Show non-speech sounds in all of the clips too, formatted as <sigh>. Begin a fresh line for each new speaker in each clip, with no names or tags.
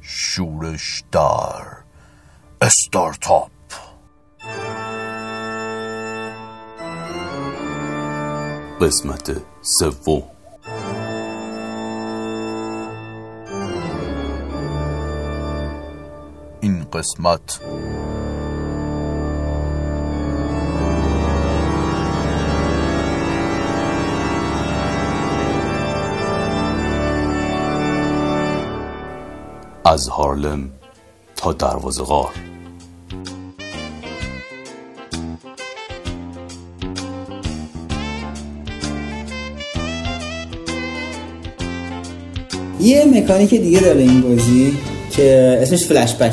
شورش دار استارتاپ
قسمت سوم
این قسمت
از هارلم تا دروازه غار
یه مکانیک دیگه داره این بازی که اسمش فلش بکه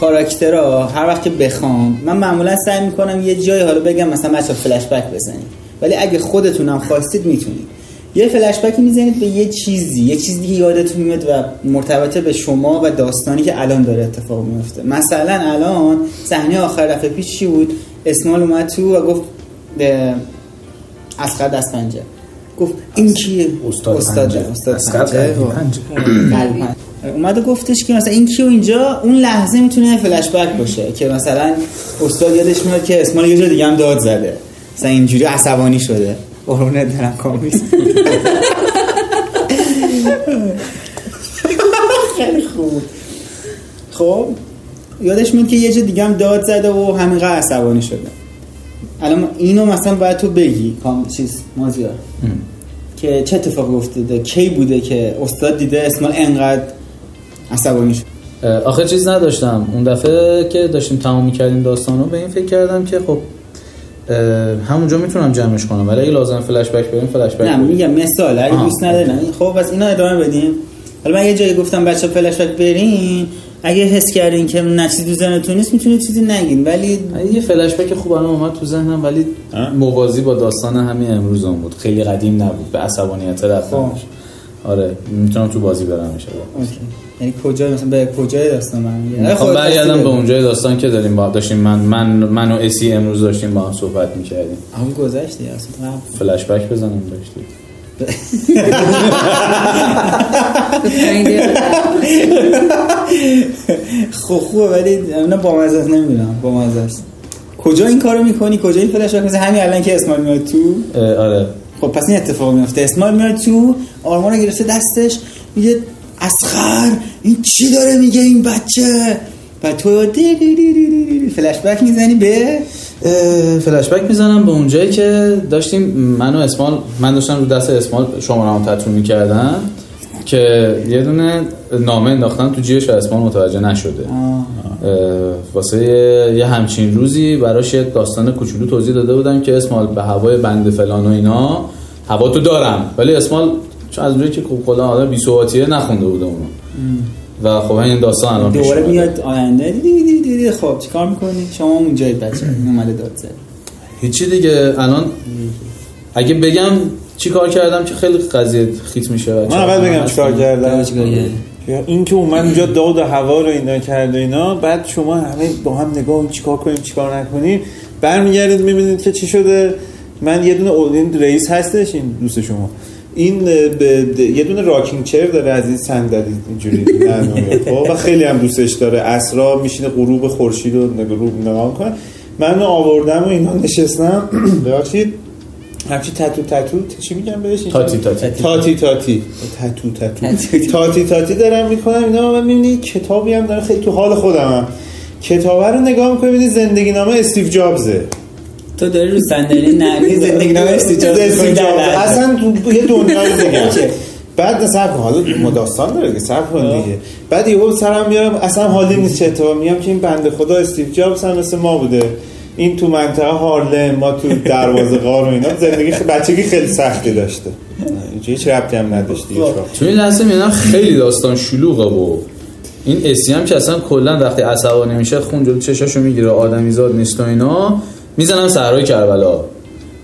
کاراکترها هر وقت که بخوام من معمولا سعی میکنم یه جایی حالا بگم مثلا بچا فلش بک بزنید ولی اگه خودتونم خواستید میتونید یه فلش بک میزنید به یه چیزی یه چیزی که یادتون میاد و مرتبط به شما و داستانی که الان داره اتفاق میفته مثلا الان صحنه آخر دفعه پیش چی بود اسمال اومد تو و گفت اه، اسقر دست پنجه گفت این کیه
استاد
استاد
پنجه.
استاد
اسقر
پنجه. خب.
قدیم پنجه. <clears throat>
قلبن. اومد و گفتش که مثلا این کیو اینجا اون لحظه میتونه فلش بک باشه که مثلا استاد یادش میاد که اسمان یه جا دیگه هم داد زده مثلا اینجوری عصبانی شده قربونت برم <laughs> کامیز خیلی خوب خب یادش میاد که یه جا دیگه هم داد زده و همینقدر عصبانی شده الان اینو مثلا باید تو بگی کام چیز مازیار که چه اتفاقی افتاده کی بوده که استاد دیده اسمال انقدر عصبانی شد
اه، آخه چیز نداشتم اون دفعه که داشتیم تمام میکردیم داستان رو به این فکر کردم که خب اه، همونجا میتونم جمعش کنم ولی اگه لازم فلش بک بریم فلش بک
نه
بریم.
میگم مثال اگه
بله. آه.
دوست ندارن خب پس اینا ادامه بدیم حالا من یه جایی گفتم بچه فلش بک برین اگه حس کردین که نه چیزی زنتون نیست میتونید چیزی نگین ولی
یه فلش بک خوب الان اومد تو ذهنم ولی موازی با داستان همین امروز هم بود خیلی قدیم نبود به عصبانیت رفتنش
خب.
آره میتونم تو بازی برمش
اوکی. یعنی کجا مثلا به کجای داستان من میگم.
میخوام
خب،
برگردم
داستان
به اونجای داستان که داریم با هم داشتیم من من من و اسی امروز داشتیم با هم صحبت میکردیم
اون گذشت دیگه اصلا قبل.
فلش بک بزنم داشتیم
خب خوبه ولی نه با مزه نمیدونم با مزه است کجا این کارو میکنی کجا این فلش بک مثلا همین الان که اسمال میاد تو
اه، آره
خب پس این اتفاق میفته اسمال میاد تو آرمان رو گرفته دستش میگه اسخر این چی داره میگه این بچه و تو دی دی دی دی دی دی دی فلش بک میزنی به
اه، فلش بک میزنم به اونجایی که داشتیم من و اسمال من داشتم رو دست اسمال شماره هم تتو میکردم که یه دونه نامه انداختم تو جیبش و اسمال متوجه نشده اه، واسه یه- یه همچین روزی براش یه داستان کوچولو توضیح داده بودم که اسمال به هوای بند فلان و اینا هوا تو دارم ولی اسمال چون از اونجایی که خب کلا آدم بی نخونده بوده اونو و خب این داستان الان پیش
دوباره
اومده.
میاد آینده دی دی دی دی دی. خب چیکار میکنی شما اونجای بچه این اومده داد زد
هیچی دیگه الان اگه بگم چی کار کردم که خیلی قضیه خیت میشه بچه.
من اول بگم چیکار کردم
چیکار کردی؟
یا این که اومد اونجا داد و هوا رو اینا کرد و اینا بعد شما همه با هم نگاه کنیم چیکار کنیم چیکار نکنیم برمیگردید میبینید که چی شده من یه دونه اول- این رئیس هستش این دوست شما این اه، به د- یه دونه راکینگ چر داره از این صندلی اینجوری نرمه. خب و خیلی هم دوستش داره اسرا میشینه غروب خورشید رو نگ- رو نگاه کنه من آوردم و اینا نشستم <clears throat> ببخشید همچی تتو تتو چی میگم بهش
تاتی تاتی
تاتی تاتی تتو تتو تاتی تاتی دارم میکنم اینا من میبینی کتابی هم دارم خیلی تو حال خودم هم کتابه رو نگاه میکنی میبینی زندگی نامه استیو جابزه
تو داری رو صندلی نرمی زندگی نامه استیجاز
استیو جابزه. اصلا تو- یه دنیای
اوکی.
دیگه بعد صرف کن. حالا ما داستان داره که صرف کن دیگه بعد یهو سرم میارم اصلا حالی نیست چه اتفاقی میام که این بنده خدا استیو جابز هم مثل ما بوده این تو منطقه هارلم ما تو دروازه غار و اینا زندگی خ- بچگی خیلی سختی داشته اینجا هیچ ربطی هم نداشت دیگه هیچ وقت.
تو این لحظه میدونم خیلی داستان شلوغه و این اسی هم که اصلا کلا وقتی عصبانی میشه خون جلو چشاشو میگیره آدمیزاد نیست و اینا میزنم صحرای کربلا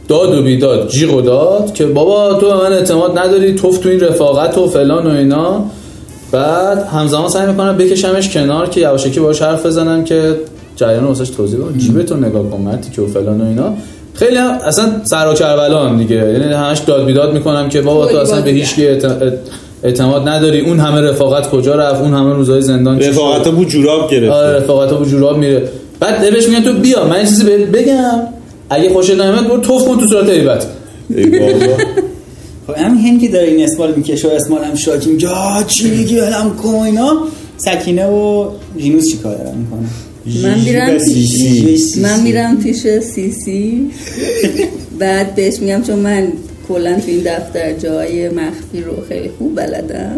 داد و بیداد جیغ و داد که بابا تو به من اعتماد نداری توف تو این رفاقت و فلان و اینا بعد همزمان سعی میکنم بکشمش کنار که یواشکی باهاش حرف بزنم که جریان واسش توضیح بدم جیبتو نگاه کن مرتی که و فلان و اینا خیلی هم اصلا سر و کربلا هم دیگه یعنی همش داد بیداد میکنم که بابا تو اصلا به هیچ کی اعت- اعتماد نداری اون همه رفاقت کجا رفت اون همه روزهای زندان چی شد؟
رفاقتا بود جوراب گرفت
آره رفاقت ها جوراب میره بعد بهش میگن تو بیا من یه چیزی بهت بگم اگه خوشت نمیاد برو توف کن تو صورت ایبت
ای بابا.
خب همین هم که داره این اسمال میکشه و اسمال هم شاکی میگه آه، چی میگی ولم کن و اینا سکینه و جینوس چی کار دارن میکنه
من
جیجی
میرم
و سیسی.
پیش من میرم پیش سیسی بعد بهش میگم چون من کلا تو این دفتر جای مخفی رو خیلی خوب بلدم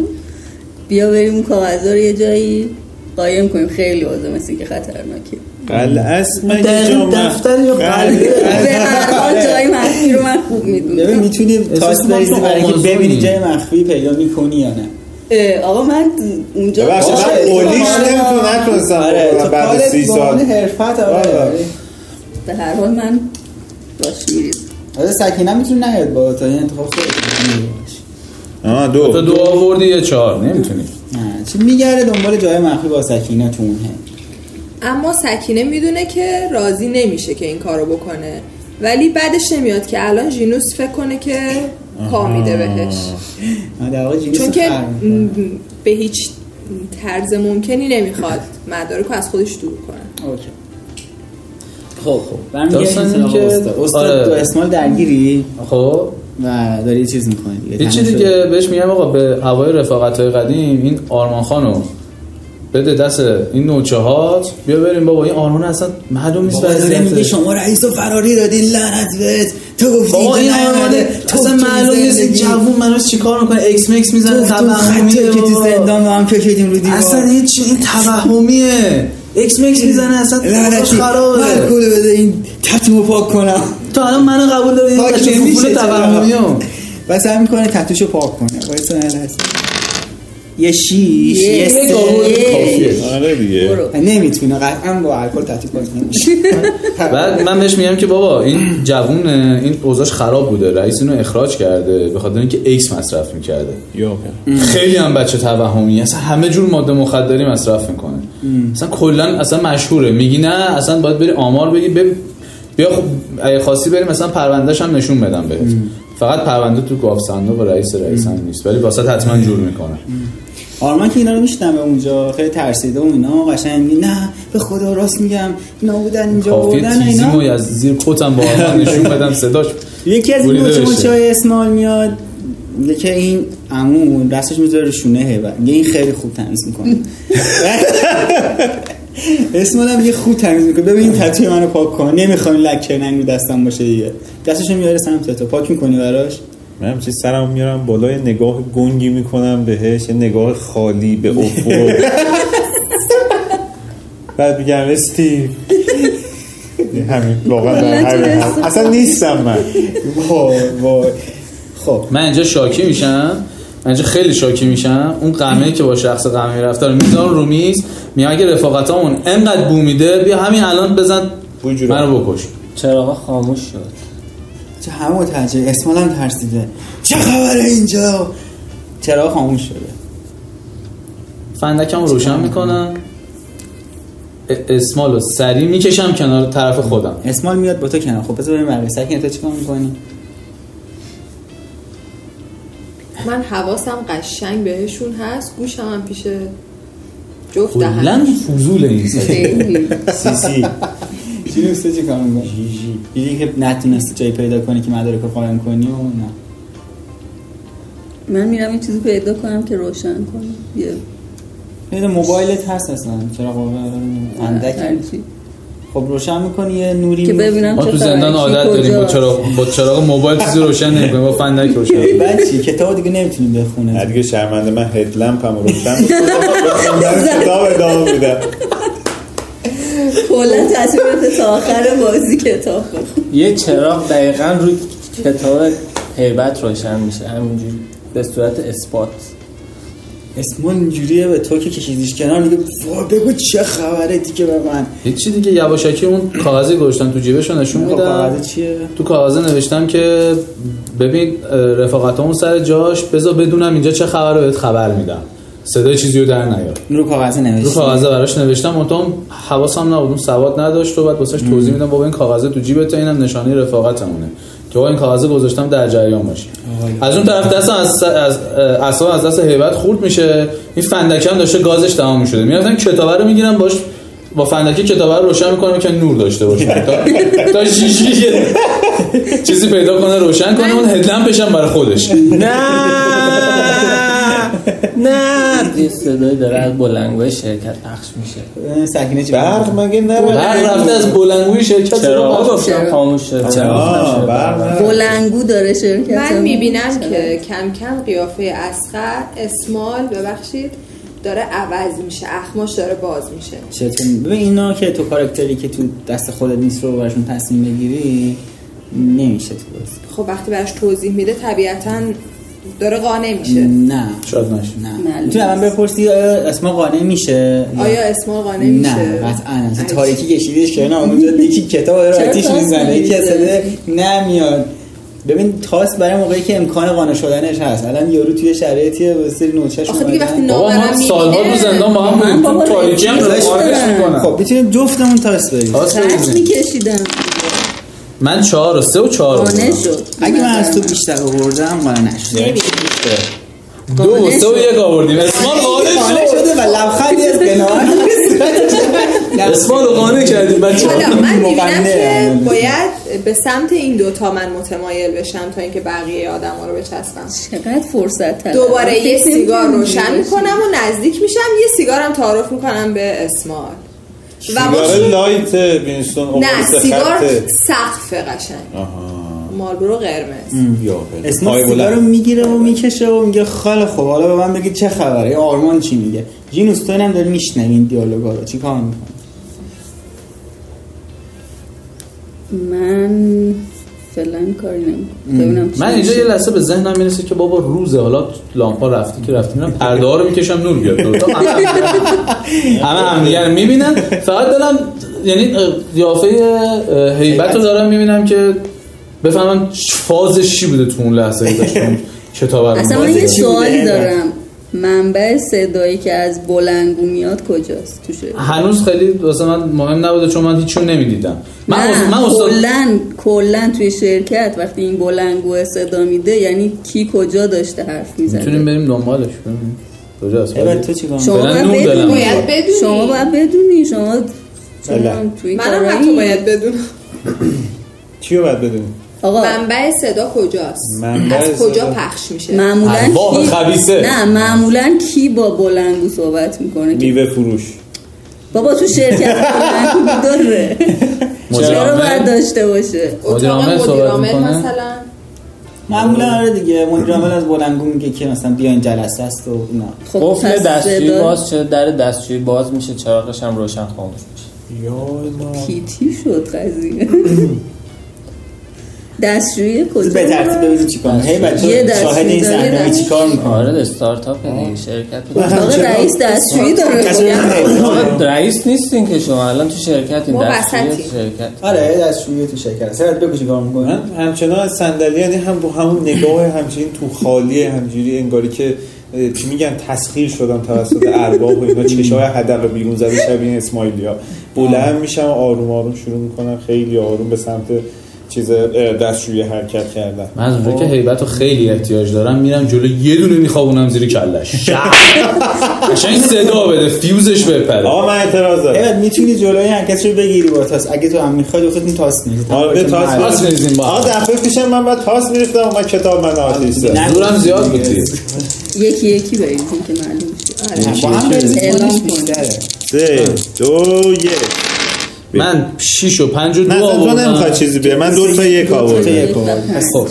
بیا بریم اون کاغذ رو یه جایی قایم کنیم خیلی وضع مثل که خطرناکه
قلعه است
در
مگه جا مخ-
دفتر یا قلعه؟
به هر حال جای مخفی رو من خوب
ببین
میدونم
میتونی
احساس
تاس
می‌کنم
بریزی
تو
برای اینکه
آمازونی.
ببینی جای مخفی پیدا میکنی یا نه
آقا من اونجا
ببخشید،
آقا،
من
آره،
قولیش
تو
نمیتون
کار-
نکنستم
آره تو
بعد از
کارت
سی
به
سال.
عنوان حرفت آره
آره.
آره.
به هر حال من باش میریزم
آره سکینه میتونه نیاد با تا این انتخاب خودت
آره.
می‌کنی.
آه
تو
دو
دو آوردی یه چهار نمیتونی
نه، چی میگرده دنبال جای مخفی با سکینه تو اون هم.
اما سکینه میدونه که راضی نمیشه که این کارو بکنه ولی بعدش نمیاد که الان ژینوس فکر کنه که پا میده بهش
آه، در واقع جینوس
چون
رو
که
خر می‌کنه.
م- به هیچ طرز ممکنی نمیخواد مدارک رو از خودش دور کنه
اوکی خب خب برمیگردیم
داستان
سراغ
اینه که-
استاد استاد
آره.
تو اسمال درگیری
خب
و داری چیز میکنی دیگه
هیچی
تموم شد.
دیگه بهش میگم آقا به هوای رفاقت های قدیم این آرمان خانو بده دست این نوچه هات بیا بریم بابا این آرمان اصلا معلوم نیست
بابا داره میگه
وضعیتش
شما رئیس و فراری دادی لعنت بهت تو گفتی
بابا این
اینجا نیومده.
آرمانه
تو
اصلا
تو
معلوم نیست این
زندگی.
جوون منو چیکار میکنه اکس مکس
تو
میزنه
تو خطی
تبهمیه
که تو
بابا.
زندان با هم کشیدیم رو دیوار
اصلا هیچ این توهمیه اکس مکس میزنه اصلا
لعنتی من
خرابه
کولو بده این تتمو پاک کنم
تو الان منو قبول داری این
پاک
بچه
نمیشه
فوفول توهمیو
چرا؟ بس هم میکنه تتوشو پاک کنه وایسا لعنتی. یه شیش
یه-
یه
یه
سه.
گاول کافیه.
آره دیگه
برو
نمیتونه قطعا با الکل تحت پاک نمیشه
بعد من بهش میگم که بابا این جوونه این اوضاعش خراب بوده رئیس اینو اخراج کرده به خاطر اینکه ایکس مصرف میکرده
یا بابا.
خیلی هم بچه توهمی اصلا همه جور ماده مخدری مصرف میکنه اصلا کلا اصلا مشهوره میگی نه اصلا باید بری آمار بگی بب... بیا خب اگه خواستی بریم مثلا پروندهش هم نشون بدم بهت فقط پرونده تو گاف صندوق و رئیس رئیس هم نیست ولی واسه حتما جور میکنه
آرمان که اینا رو میشنوه اونجا خیلی ترسیده و اینا قشنگ میگه نه به خدا راست میگم اینا بودن اینجا
کافیه
بودن
تیزی
اینا
موی از زیر کتم با آرمان نشون بدم صداش
یکی از این
بریده
نوچه
بشه.
مچه های اسمال میاد میگه که این عمو دستش میذاره رو شونه هیبت میگه این خیلی خوب تمیز میکنه اسمال هم یه خوب تمیز میکنه ببین این تتوی منو پاک کن نمیخوام لکه ننگ رو دستم باشه دیگه دستشو میاره سمت تو پاک میکنی براش
من همچین سرم میارم بالا یه نگاه گنگی میکنم بهش یه نگاه خالی به
<laughs>
افق بعد میگم استی همین واقعا در همین حد. اصلا نیستم من
وای وای خب
من اینجا شاکی میشم من اینجا خیلی شاکی میشم اون قمه که با شخص قمه رفته رو میذارم رو میز میگم اگه رفاقتامون انقدر بو میده بیا همین الان بزن منو بکش
چراغا خاموش شد
چه همه متوجه اسمال هم ترسیده چه خبره اینجا چرا خاموش شده
فندکم رو روشن میکنم ا- اسمال رو سریع میکشم کنار طرف خودم
اسمال میاد با تو کنار خب بذار بریم برای سکینه تو چیکار میکنی
من حواسم قشنگ بهشون هست گوشم هم پیش جفت
کلا
دهنم
فضول این سری.
خیلی
سی سی چی دوسته چی کار میکنی جی دیدی که نتونستی جایی پیدا کنی که مدارک رو قایم کنی و نه
من میرم این چیزی پیدا کنم که روشن کنم یه
یه موبایلت هست اصلا چرا اندک
هرچی.
خب روشن میکنی یه نوری
که
میفته.
ببینم
ما
چه
تو زندان
فرقی
عادت داریم با
کجاست.
چراغ با چراغ موبایل چیزی روشن نمیکنیم با فندک روشن
<laughs>
می‌کنیم.
بعد چی کتاب دیگه نمیتونی
نه
بخونه
دیگه شرمنده من هدلمپم رو
<laughs>
روشن میکنم کتاب ادامه میدم
کلا تصمیمت تا آخر بازی کتاب بخون.
یه چراغ دقیقا روی کتاب هیبت روشن میشه همینجوری به صورت اثبات
اسمال اینجوریه به تو که کشیدیش کنار میگه وا بگو چه خبره دیگه به من
هیچی دیگه یواشکی اون کاغذی گذاشتم تو جیبش رو نشون
خب
میدم
کاغذ چیه
تو کاغذه نوشتم که ببین اه، رفاقتامون سر جاش بذار بدونم اینجا چه خبره بهت خبر میدم صدای چیزی رو در نیار
رو کاغذ
رو
نوشتی
کاغذه براش نوشتم منتها حواسم نبود اون سواد نداشت و بعد واسش توضیح میدم بابا این کاغذه تو جیبت اینم نشانه رفاقتمونه که آقا این کاغذ گذاشتم در جریان باشی از اون طرف دست از از اصلا از دست هیبت خورد میشه این فندکه هم داشته گازش تمام میشده میرفتن کتابه رو میگیرن باش با فندکه کتابه رو روشن میکنم که نور داشته باشه تا تا شیشه یه چیزی پیدا کنه روشن کنه اون هدلمپش هم برای خودش
نه یه صدایی داره از بلنگوی شرکت پخش میشه
سکینه چی
برق مگه نره
هر رفته از بلنگوی شرکت
چرا
رو
گفتم خاموش شد
آه، بله.
چرا
برق نره.
بلنگو داره شرکت
من
ما.
میبینم که کم کم قیافه اسخر اسمال ببخشید داره عوض میشه اخماش داره باز میشه
چطور ببین اینا که تو کارکتری که تو دست خودت نیست رو براشون تصمیم بگیری نمیشه تو بازی
خب وقتی براش توضیح میده طبیعتا داره قانع میشه
نه
شاید نشه
نه
معلوم
تو الان بپرسی آیا اسما قانع میشه
آیا اسمال قانع میشه
نه قطعا از
عجیب.
تاریکی کشیدش که نه اونجا یکی
<laughs>
کتاب داره
چرا
آتیش
تاس
میزنه یکی از
نمی‌ریزه؟
صده نمیاد ببین تاس برای موقعی که امکان قانع شدنش هست الان یارو توی شرایطی به سری نوچش
آخه دیگه وقتی
بابا ما
نامرم
سالها تو زندان با هم بودیم تو تاریکی هم داره خارجش میکنن
خب میتونیم جفتمون تاس بریم
راست
ترس
بگیم.
میکشیدم
من چهار و سه و چهار رو
قانه
بودم.
شد
اگه من از تو بیشتر آوردم قانع
یعنی
نشد
دو و
قانع
سه و
شد.
یک آوردیم اسمال قانع
قانع
شد
شده و لبخندی از بناهان
اسمال رو قانع کردیم بچه
حالا من میبینم
مقنعه.
که باید به سمت این دوتا من متمایل بشم تا اینکه بقیه آدم رو بچسبم
چقدر فرصت طلب
دوباره یه
فکر
سیگار
نمی‌کنم
روشن
اینجوری
میکنم و نزدیک میشم یه سیگارم تعارف میکنم به اسمال و ما
سیگار لایت بینستون
نه
اوپوس
سیگار
خطه.
سقف قشنگ مالبرو قرمز
اسم سیگار رو میگیره و میکشه و میگه خاله خب حالا به من بگید چه خبره یا آرمان چی میگه جینوس تو اینم داری میشنوی این دیالوگا رو چی کار میکنی
شد. من فعلا کاری نمیکنم ببینم چی
من اینجا
میشه.
یه لحظه به ذهنم میرسه که بابا روزه حالا لامپا رفتی که رفتی میرم پرده ها رو میکشم نور بیاد دوتا همه همدیگه- همه همدیگه رو میبینن فقط دارم یعنی اه، قیافه اه، هیبت رو دارم میبینم که بفهمم چ- فازش چی بوده تو اون لحظه که داشتم کتاب رو
اصلا من
می‌بردم.
یه
چی بوده
سوالی
انقدر؟
دارم منبع صدایی که از بلنگو میاد کجاست تو شعر؟
هنوز خیلی واسه من مهم نبوده چون من هیچی رو نمیدیدم من
نه،
اص- من استاد
کلاً کلاً توی شرکت وقتی این بلنگو صدا میده یعنی کی کجا داشته حرف
میتونیم
میزنه
بریم دنبالش ببینیم کجاست
ایبت تو چی کار می‌کنی؟
شما
فعلا
باید
نور دلم.
بدونی
باید بدونی.
شما باید بدونی شما چرا توی
منم
کارایی؟
حتی باید بدونم
چی رو باید بدونی؟
آقا
منبع صدا کجاست
منبع
از
صدا.
کجا پخش میشه
معمولا
ارباب
کی
خبیثه.
نه معمولا کی با بلنگو صحبت میکنه
میوه فروش
بابا تو شرکت
<laughs>
بلنگو داره چرا باید داشته باشه
مدیر
اتاق
عامل صحبت
مدیر عامل
می‌کنه؟
مثلا
معمولا آره دیگه مدیر عامل از بلنگو میگه که مثلا بیا این جلسه است و اینا
خب
قفل
پس
دستشویی
صدا
باز شده در دستشویی باز میشه چراغش هم روشن خاموش میشه
کیتی شد
<laughs>
قضیه دستشویی
بذار به ترتیب
کجا
ببینیم چی کار می‌کنی. هیبت
یه
تو
دست
شاهد این
می‌ذاری،
صحنه
یه
چی کار میکنه
آره استارتاپ دیگه شرکت
اتاق رئیس دستشویی داره
آقا، رئیس نیستین که شما الان تو شرکتی
ما
دستشویی
وسطیم.
شرکت
آره دستشویی تو شکر است هیبت بگو چی کار میکنه
من همچنان از صندلی یعنی هم با همون نگاه همچنین تو خالیه همجوری انگاری که اه، چی میگن تسخیر شدم توسط ارباب و اینا چشای هدف بیرون زده شبیه اسماعیلیا بلند میشم و آروم آروم شروع میکنم خیلی آروم به سمت چیز اه، دستشویی حرکت کردن
من از اونجا که هیبت رو خیلی احتیاج دارم میرم جلو یه دونه میخوابونم زیر کلش قشنگ صدا بده فیوزش بپره
آقا من اعتراض دارم
هیبت میتونی جلوی هر کسی رو بگیری با تاس اگه تو هم میخوای خودت تاس می‌ریزی.
آره به تاس
نه،
تاس بریزیم با هم.
آقا دفعه پیشم من بعد تاس میریفتم و من کتاب من آتیسته
نه.
دورم زیاد بودی
یکی یکی بریزیم که معلوم شه
با هم بریزی،
اعلام
خودش
کن.
بیشتره.
سه دو یک
من 6 و 5 و
نه
2
اصلا تو نمیخواد
آوردم
چیزی بیه من دو تا یک
تو
آوردم
یک آوردی. پس
خب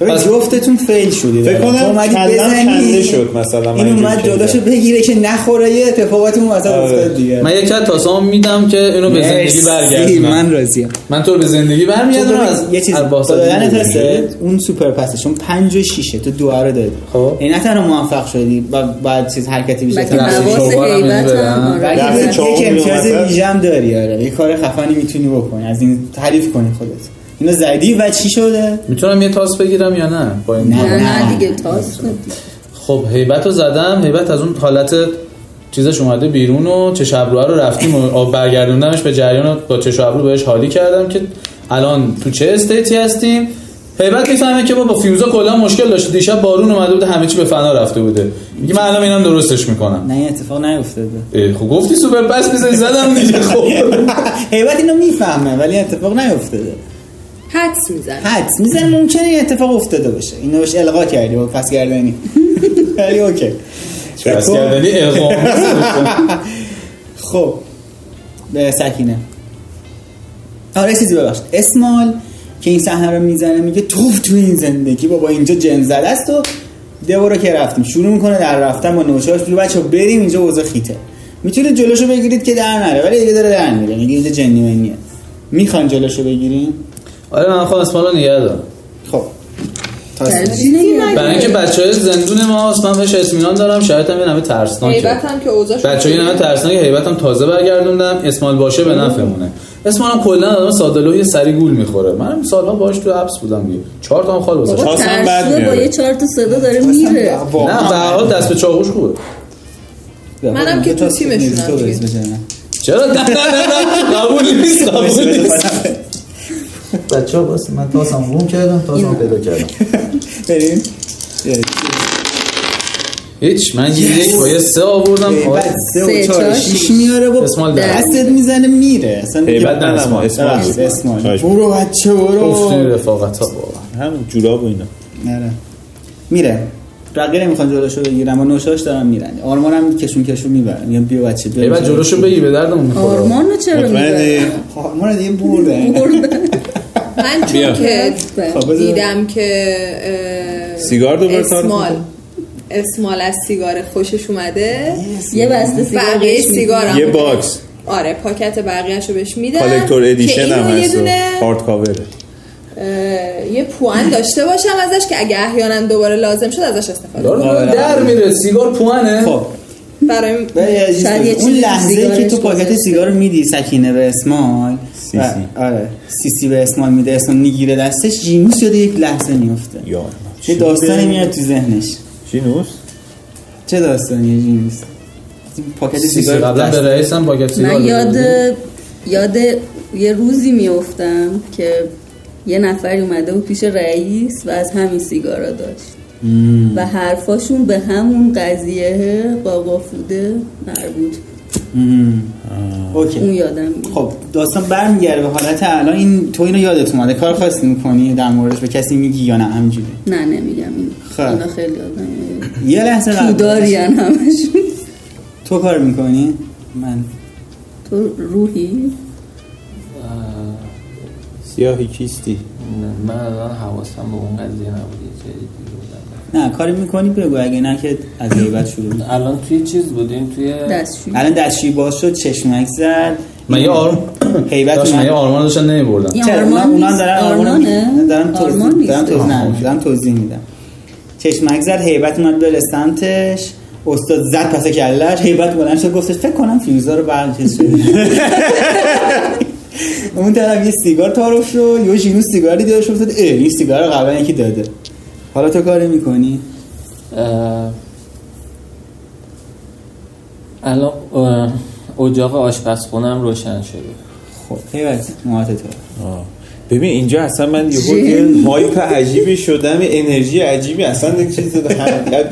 ببین
پس-
جفتتون فیل شدی
فکر
تو
کنم
اومدی
کلم
بزنی،
کنده شد مثلا من
این
اینجوری آره.
اومد
شنیدم.
جلوشو بگیره که نخوره یه اتفاقاتی اون وسط افتاد دیگه
من یک کت تاسام میدم که اینو به زندگی
مرسی،
برگردونم
من راضیم
من تو رو به زندگی
تو
برمیگردونم
ببین،
از
یه چیز
از
با
باسط
دادن
زندگی.
تست اون سوپر پسشون 5 و 6 تو دو رو دادی
خب.
این نه تنها موفق شدی و بعد چیز حرکتی خب، بیشتر
بلکه
کردی.
حواس
حواس
شوهرم اینو
حیبت
بدن.
هم آره.
بلکه
دست
یک
چاقو می‌اومد.
امتیاز ویژم داری آره یه کار خفنی میتونی بکنی از این تعریف کنی خودت اینو زدی و چی شده
میتونم یه تاس بگیرم یا نه با این
نه.
کار؟
نه نه دیگه تاس کن.
خب هیبت رو زدم هیبت از اون حالت چیزش اومده بیرون و چش ابروه رو رفتیم و آب برگردوندمش به جریان و با چش ابرو بهش حالی کردم که الان تو چه استیتی هستیم هیبت میفهمه که بابا فیوزا کلا مشکل داشته دیشب بارون اومده بوده همه چی به فنا رفته بوده میگه من الان اینم درستش میکنم
نه این اتفاق نیفتاده
اه، خب گفتی سوپر پس میزنی زدم دیگه خب
هیبت اینو میفهمه ولی اتفاق نیفتاده
حدس میزن
حدس میزن ممکنه این اتفاق افتاده باشه اینو بهش القا کردی با پس گردنی <laughs> ولی اوکی
پس گردنی اقام
خب به سکینه آره چیزی ببخشید اسمال که این صحنه رو میزنه میگه توف تو این زندگی بابا اینجا جن زده است و دو رو که رفتیم شروع میکنه در رفتن با نوچهاش میگه بچه بریم اینجا اوضاع خیته میتونید جلوشو بگیرید که در نره ولی دیگه داره در میره میگه اینجا جنی منیه میخوان جلوشو بگیرین
آره من خواهم اسمالو نگه دارم
خب تا
ترجیح نمیدم.
برای اینکه بچه های زندون ما هست، من بهش اسمینان دارم شاید هم این همه ترسناکه
حیبت هم که اوضاعش
بچه این همه ترسناک هیبتم تازه برگردوندم اسمال باشه به نفعمونه اسمالم کلا آدم سادلوی سری گول میخوره منم سالها باهاش تو حبس بودم دیگه چهار تا هم خال واسه
بابا
خواستم بد
ترسو با
میاره.
یه چهار تا صدا داره میره
نه به هر حال دست به چاقوش خوبه
منم که تو تیمشونم دیگه.
تیمشونم
چرا <laughs> نه نه نه نه قبول نیست قبول نیست
بچه ها باز من تاسم بوم کردم تاسم پیدا کردم
بریم
هیچ من یه یک با یه سه آوردم آره.
بعد خب، سه و
سه،
چهار
چهار،
شیش
شیش.
میاره و
اسمال در.
دستت میزنه میره اصلا دیگه
هیبت نه، اسمال. اسمال.
ببخشید، اسمال
خواهش
برو بچه
گفتین
برو
رفاقت ها با
همون جوراب و اینا
نره میره بقیه نمیخوان جلوشو بگیرن و نوشاش دارن میرن آرمانم کشون کشون میبرن میگم بیا بچه بیا
هیبت جلوشو بگی به دردمون میخوره
آرمان رو چرا
مطمئنی؟
میبره
ما رو خب، دیگه بردن
من چون که
خب، بذار.
دیدم که اه،
سیگار دوباره تعارف
اسمال
می‌کنی؟
اسمال از سیگار خوشش اومده
یه بسته سیگار
بقیه
بهش می‌دی.
سیگارم
یه باکس
آره پاکت بقیه‌شو بهش میدم
کالکتور ادیشن هم
یه
هست آره. و
دونه
هارد کاوره
اه، یه پوان داشته باشم ازش که اگه احیانا دوباره لازم شد ازش استفاده کنم.
داره داره در میره سیگار پوانه
آره. خب
برای
و یه چیز
شاید یه
بگم. اون
چیزی
لحظه که
سیگارش
تو پاکت
گذاشته.
سیگار رو میدی سکینه به اسمال
سی
و-
سی.
آره سی سی به اسمال میده اسمال میگیره دستش جینوس شده یک لحظه میفته
یا
چه داستانی میاد تو ذهنش
جینوس
چه داستانی جینوس پاکت سیگار
قبلا به
دست-
رئیس هم باگت سیگار
من
داده
یاد
بودی.
یاد یه روزی میافتم که یه نفری اومده بود پیش رئیس و از همین سیگارا داشت و حرفاشون به همون قضیه قاقا فوده مربوط بود.
مم. اوکی
اون یادم میاد.
خب داستان برمیگرده به حالت الان این تو اینو یادت اومده کار خاصی میکنی در موردش به کسی میگی یا نه همینجوری
نه نمیگم این
خب.
اینا خیلی آدم
یه لحظه قبل
پودارین همشون
تو کار میکنی من
تو روحی
سیاهی کیستی
نه، من الان حواسم به اون قضیه نبود یه جای دیگه بودم
نه کاری میکنی بگو اگه نه که از غیبت شروع می‌کنی.
الان توی چیز بودیم توی
دستشویی
الان دستشویی باز شد چشمک زد
من یه آرم
هیبت
داشت من یه
اومد.
آرمان داشتن نمیبردن
این
چرا؟ اونا-
یعنی
اونا
آرمان نیست.
دارن آرمان
آرمانه؟
دارن
آرمان
توضیح
نیست.
دارن توضیح
آها،
نه، دارن توضیح میدم چشمک زد هیبت اومد بره سمتش استاد زد پس کلش هیبت بلند شد گفتش فکر کنم فیوزا رو برقش <laughs> اون طرف یه سیگار تعارف شد یه جینو سیگاری دیدش افتاد اه این سیگار رو قبلا یکی داده حالا تو کاری میکنی
اه، الان اه، اجاق آشپزخونم روشن شده
خب هیبت موهات تو
آه. ببین اینجا اصلا من یهو یه هایپ عجیبی شدم یه انرژی عجیبی اصلا یک چیز هم-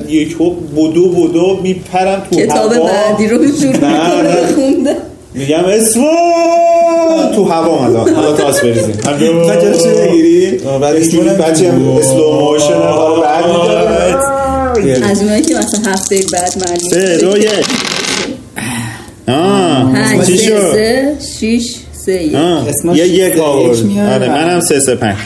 یک هو بدو بدو میپرم تو
کتاب
هوا.
بعدی رو شروع
نه، نه.
میکنه خوندن
میگم اسمون تو هوا مثلا حالا تاس
<laughs>
بریزیم
بعد جلوشو بگیری؟
آه، بعد اینجوری بچه هم اسلو موشن حالا برمی‌گرده.
از اونایی که مثلا هفته بعد معلوم
سه دو یک آه
پنج
چی
سه
شد
سه شیش سه یک.
آه،
اسمش
یه یک
سه یک
آورد
میاره.
آره منم سه سه پنج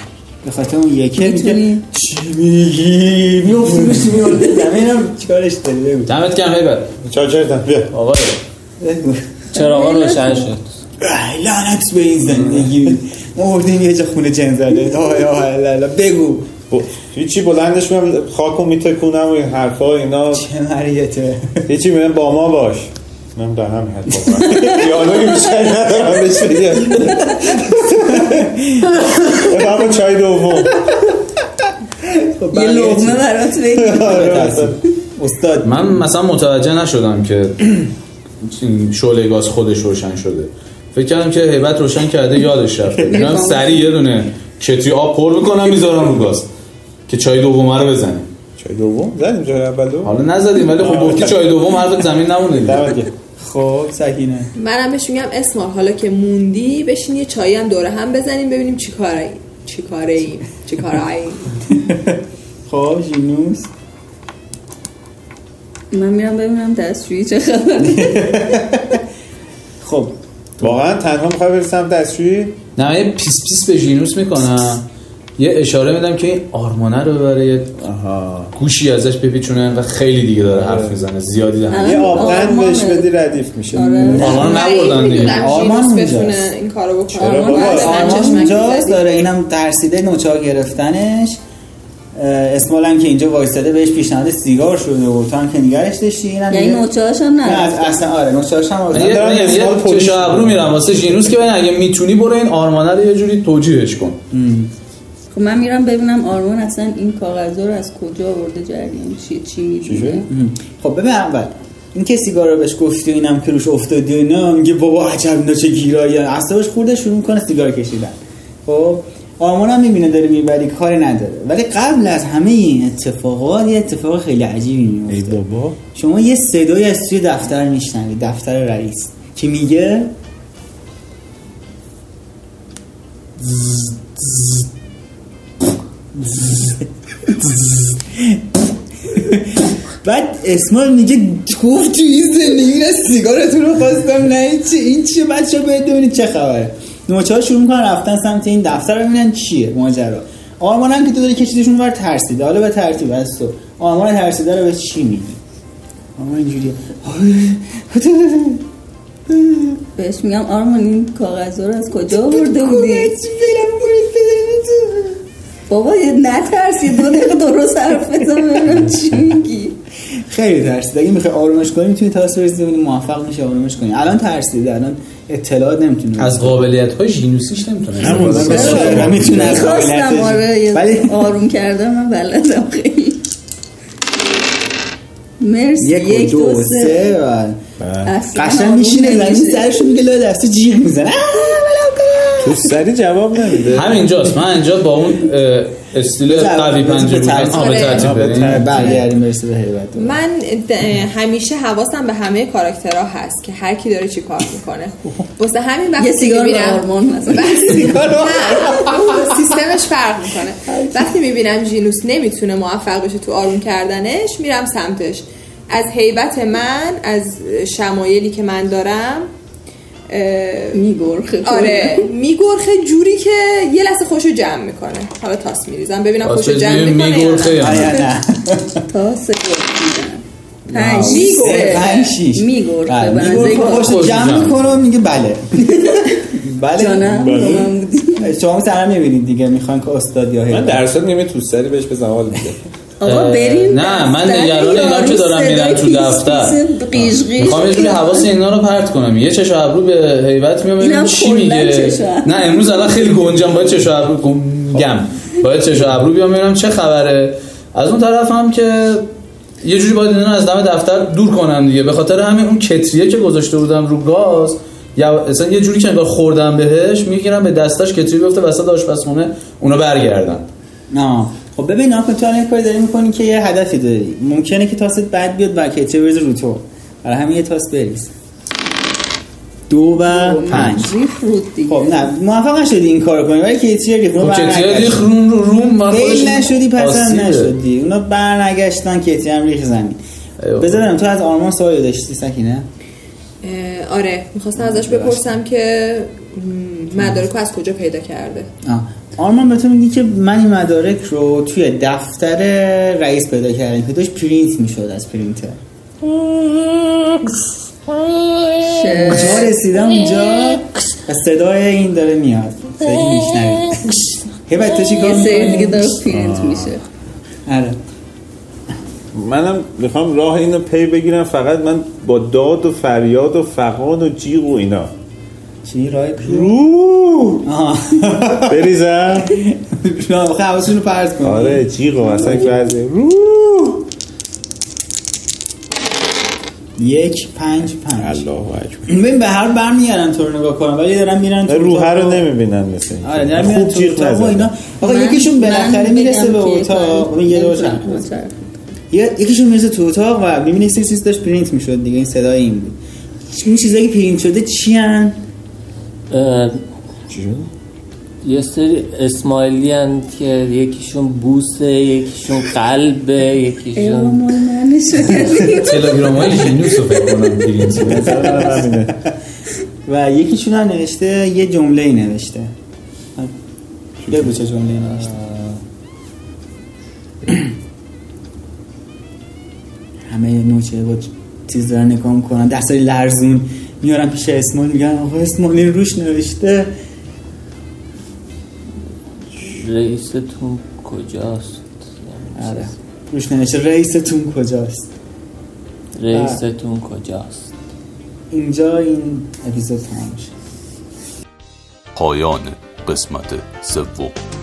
به خاطر اون یکی میگه
می‌تونی؟
چی میگی میفتی روش میورده <laughs> زمینم چیکارش داری بگو
دمت گرم هیبت
چهار چهار تا، بیا
آقای
بگو.
چراغا روشن شد
ای لعنت به این زندگی مردیم یه جا خونه جن زده آی آی لالا بگو
ب- هیچی بلندش من خاکو میتکونم و این حرفا اینا
چه مریته
هیچی میگم با ما باش من در هم حرفا دیالوگی بیشتر ندارم بهش بگم همون چای دوم
خب،
یه
بقیه
لغمه برات بگیر
آره.
استاد
من مثلا متوجه نشدم که شعله گاز خودش روشن شده فکر کردم که هیبت روشن کرده یادش رفته اینا سریع یه دونه کتری آب پر میکنم میذارم رو گاز که چای دومه رو بزنیم
چای دوم زدیم چای اول دوم
حالا نزدیم ولی خب گفتی چای دوم حرف زمین نمونه دیگه.
دمت گرم.
خب سکینه
منم بهش میگم اسمال حالا که موندی بشین یه چایی هم دوره هم بزنیم ببینیم چی کاره چی کاره ایم چی کاره ایم
خب جینوس
من میرم ببینم دستشویی چه خبره
خب
واقعا تنها میخوای بری سمت دستشویی
نه من یه پیس پیس به ژینوس میکنم یه اشاره میدم که این آرمانه رو ببره یه گوشی ازش بپیچونه و خیلی دیگه داره حرف میزنه زیادی داره
یه
آه،
آبغن بهش
آرمانه.
بدی ردیف میشه
آرمان
<laughs>
رو نبردن دیگه.
آرمان
آرمان
اونجاست.
بتونه این کارو بکنه
چرا بابا؟
بعد من
آرمان
چشمک
اینجاست
می‌زدی.
داره اینم ترسیده نوچا گرفتنش اه، اسمال هم که اینجا وایستاده بهش پیشنهاد سیگار شده و تو هم که نگرش داشتی اینم
یعنی
دیگه-
نوچه‌هاش هم
نه از
نرفت
اصلا آره نوچاش هم آره.
من
من
یه-
دارم
من یه
اسمال پلیس
چشم ابرو میرم واسه ژینوس که ببین اگه میتونی برو این آرمانه رو یه جوری توجیهش کن
خب من میرم ببینم آرمان اصلا این کاغذ رو از کجا آورده جریان چی چی میدونه
ام. خب ببین اول این که سیگار رو بهش گفتی و اینم که روش افتادی و اینا میگه بابا عجب اینا چه گیرایی اعصابش خورده شروع میکنه سیگار کشیدن خب آرمان هم میبینه داره میبری کاری نداره ولی قبل از همه این اتفاقات یه اتفاق خیلی عجیبی
ای
میفته
بابا
شما یه صدایی از سوی دفتر میشنوید دفتر رئیس که میگه بعد اسمال میگه توف تو این زندگی نه سیگارتون رو خواستم نه این چی این چیه بچه باید ببینید چه خبره نوچه ها شروع میکنن رفتن سمت این دفتر ببینن چیه ماجرا آرمان هم که تو داری کشیدشون بر ترسیده حالا به ترتیب از تو آرمان ترسیده رو به چی میگی آرمان اینجوریه
بهش میگم آرمان این کاغذ رو از کجا آورده بودی بابا یه نترس یه دو دقیقه درست حرف بزن ببینم چی میگی
خیلی ترسید اگه میخوای آرومش کنی میتونی تاس برسی ببینی موفق میشه آرومش کنی الان ترسیده الان اطلاعات نمیتونی
از قابلیت های ژینوسیش نمیتونه
همون
استفاده کنه.
چرا؟ می‌تونه از
خواستم
قابلیتش.
آره یه
ولی-
آروم کردم من بلدم خیلی مرسی
یک و دو سه و-
بله. اصلا
قشنگ
آروم
میشینه
نمیشه.
زمین سرشو میگه لا دستو جیغ میزنه
تو سری جواب نمیده
همینجاست من اینجا با اون اه، استیل
بذار-
قوی
بذار
پنجه
به
بودن
ترتیب.
آه، به ترتیب
آه، به
بریم.
ترتیب.
برگردیم برسه به حیبت
من د- همیشه حواسم به همه کاراکترها هست که هر کی داره چی کار میکنه واسه همین وقتی
یه
که
سیگار به
می‌بینم- آره.
آرمان مثلا
نه، سیستمش فرق میکنه وقتی میبینم ژینوس نمیتونه موفق بشه تو آروم کردنش میرم سمتش از هیبت من از شمایلی که من دارم اه،
میگرخه
آره میگرخه جوری که یه لحظه خوشو جمع میکنه حالا تاس میریزم ببینم
تاس
خوشو جمع
بریزی،
میکنه یا
میگرخه
نه.
نه
یا نه؟
نه
تا سه گرخیدن. پنج
سه، پنج شیش
میگرخه
بله،
به
میگرخه.
اندازه گرخه.
خوش جمع
جمع.
میکنه میگه
<laughs>
بله بله
جانم با من بودی
شما سر میبینید دیگه میخوان که استاد یا
من
حیوان.
در صورت نیمه تو سری بهش بزن حال میده
آقا
اه،
بریم
نه، من
دفتر
نگران اینا
یارو
که دارم
صدای
میرم تو
پیس
دفتر.
پیس قیش قیش.
میخوام یه جوری حواس اینا رو پرت کنم یه چش و ابرو به هیبت میام ببینم
اینم
چی
کلاً
میگه
چش و ابرو.
نه امروز الان خیلی گنجم باید چش و ابرو گنجم باید چش و ابرو بیام ببینم چه خبره از اون طرف هم که یه جوری باید اینا رو از دم دفتر دور کنم دیگه به خاطر همین اون کتریه که گذاشته بودم رو گاز یا اصلا یه جوری که انگار خوردم بهش میگیرم به دستش کتری بیفته وسط آشپزخونه اونا برگردن
نه خب ببین نه تو الان یه کاری داری میکنی که یه هدفی داری ممکنه که تاست بد بیاد و که چه بریزه رو تو برای همین یه تاس بریز دو و پنج
خب، ریخ رود دیگه
خب نه موفق نشدی این کار کنی ولی که چی ریخ
خب کتریه ریخ روم رو روم من خودش
فیل نشدی پس هم
آسیبه.
نشدی اونا برنگشتن که هم ریخ زمین
ایوه.
بذار ببینم تو از آرمان سوال داشتی سکینه
اه، آره میخواستم ازش بپرسم که م، مدارکو از کجا پیدا کرده
آه. آرمان به تو میگی که من این مدارک رو توی دفتر رئیس پیدا کردم که داشت پرینت میشد از پرینتر ما رسیدم اونجا و صدای این داره میاد صدای که میشنوی هیبت تو چی کار
یه سری
می‌کنی؟
دیگه داره پرینت میشه
آره
منم میخوام راه اینو پی بگیرم فقط من با داد و فریاد و فقان و جیغ و اینا
چی رای رو
رو
آها <laughs>
بریزم
نه، آخه حواستون رو پرت کن
آره جیغ و مثلا که بعضی رو
یک پنج پنج
الله اکبر
ببین به هر برمیگردن تو رو نگاه کنم ولی دارن میرن تو
روحه
اتاق.
رو نمیبینم مثل اینکه.
آره دارن میرن
خوب
تو
جیغ
اتاق و اینا
نزن
آقا
من-
یکیشون
من
بالاخره میرسه
بگم
به
که
اتاق
کاری-
ببین یه دور
نمی‌کنم.
چند. یه- یکیشون میرسه تو اتاق و میبینه یک سری چیز داشت پرینت میشد دیگه این صدای این بود این چیزایی که پرینت شده چی هن؟
اه،
چی شد؟
یه سری اسمایلی هن که یکیشون بوسه یکیشون قلبه یکیشون
پیغام من شده
تلگرام های جینوس رو فکر کنم پرینت بود.
نظر آره، من همینه.
و یکیشون هم نوشته یه جمله ای نوشته بگو چه جمله نوشته <clears throat> همه نوچه با چیز دارن نگاه میکنن دستای لرزون میارن پیش اسمال میگن آقا اسمال این روش نوشته
رئیستون کجاست
آره روش نوشته رئیستون کجاست
رئیستون کجاست
اینجا این اپیزود تمام شد
پایان قسمت سوم